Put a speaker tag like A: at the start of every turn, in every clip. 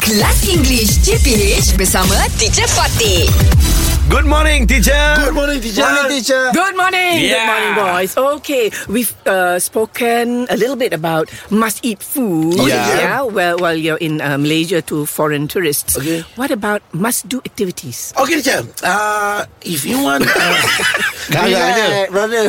A: Kelas English CPH bersama Teacher Fatih.
B: Good morning, teacher.
C: Good morning, teacher.
D: Morning, teacher.
E: Good morning. Good
B: Yeah.
E: morning, boys. Okay, we've uh, spoken a little bit about must eat food.
C: Yeah.
E: Well, while you're in uh, Malaysia to foreign tourists.
C: Okay.
E: What about must do activities?
C: Okay, teacher. Uh, if you want, uh,
D: Agaknya.
C: relax, brother.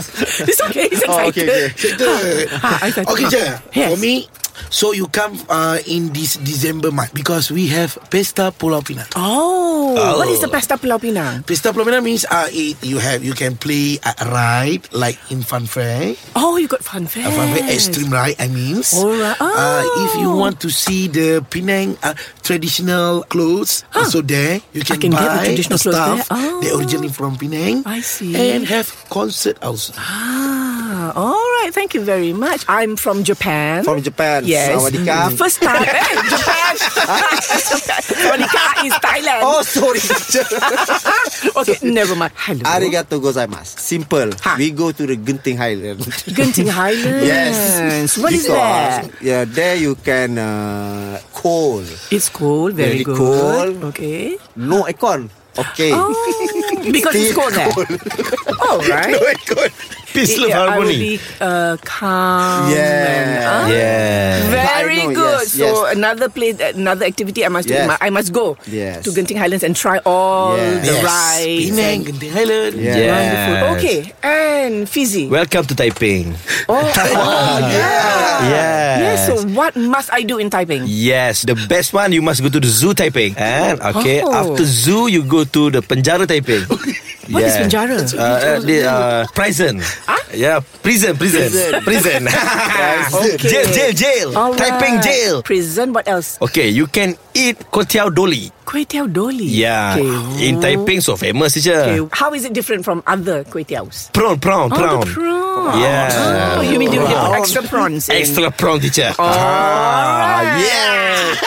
E: It's okay. It's
C: Oh, okay,
E: excited. Ah,
C: okay. Excited.
E: Ha, ha, excited.
C: Okay,
E: Ha.
C: teacher.
E: Yes.
C: For me, so you come uh, in this December month because we have Pesta Pulau Pinang.
E: Oh, what is the pasta Pulau Pinang?
C: Pesta Pulau Pinang means uh, it, you have you can play a ride like in Funfair,
E: Oh, you got fun fair.
C: uh, Funfair extreme ride. I mean,
E: Alright.
C: uh, if you
E: Oh.
C: want to see the Penang uh, traditional clothes, also there you can,
E: can get the
C: buy
E: traditional clothes
C: stuff.
E: there. Oh.
C: They originally from Penang.
E: I see.
C: And have concert also.
E: Ah, all right. Thank you very much. I'm from Japan.
D: From Japan.
E: Yes.
D: Sawadikap.
E: First time. Eh, Japan. Sawadikap is Thailand.
D: Oh, sorry, teacher.
E: okay, never mind. Hello.
D: Arigato gozaimasu. Simple.
E: Ha.
D: We go to the Genting Highland.
E: Genting Highlands.
D: yes.
E: What is
D: Because,
E: that?
D: Yeah, there you can uh, coal.
E: It's cold, very,
D: Very
E: good.
D: cold.
E: Okay.
D: No aircon. Okay.
E: Oh, because it's cold there. All right.
B: Peace, love,
E: I will
B: harmony.
E: be uh, calm. and,
D: Yeah.
E: uh,
B: Yeah.
E: Very
D: I know,
E: good.
D: yes,
E: so
D: yes.
E: another place, another activity I must do.
D: Yes.
E: I must go
D: Yes.
E: to Genting Highlands and try all
D: Yes.
E: the
C: yes.
E: rides.
C: Penang, Genting Highland.
D: Yeah.
E: Ah, Wonderful. Okay, and Fizzy.
B: Welcome to Taiping.
E: oh, oh, yeah.
B: Yes.
E: Yes, so what must I do in Taiping?
B: Yes, the best one you must go to the zoo Taiping. And okay,
E: Oh.
B: after zoo you go to the penjara Taiping.
E: What is penjara? Ah?
B: Uh, uh, the, uh, prison. Yeah, prison, prison, prison.
E: Okay.
B: Jail, jail, jail.
E: All
B: Taiping
E: right.
B: jail.
E: Prison, what else?
B: Okay, you can eat kotiao doli.
E: Kway teow doli.
B: Yeah,
E: Okay.
B: in Taiping so famous, teacher.
E: Okay, How is it different from other kway teows?
B: Prawn, prawn, prawn.
E: Oh, the prawn.
B: Yeah.
E: Oh, you mean they will
D: Prawn.
E: put extra prawns? in.
B: Extra prawn, teacher. Ah,
E: Alright.
B: yeah.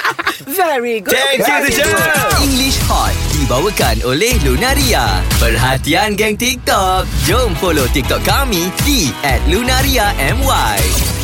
E: Very good.
B: Thank you,
E: Very
B: teacher.
E: good.
F: English Hot dibawakan oleh Lunaria. Perhatian geng TikTok. Jom follow TikTok kami di @lunariamy.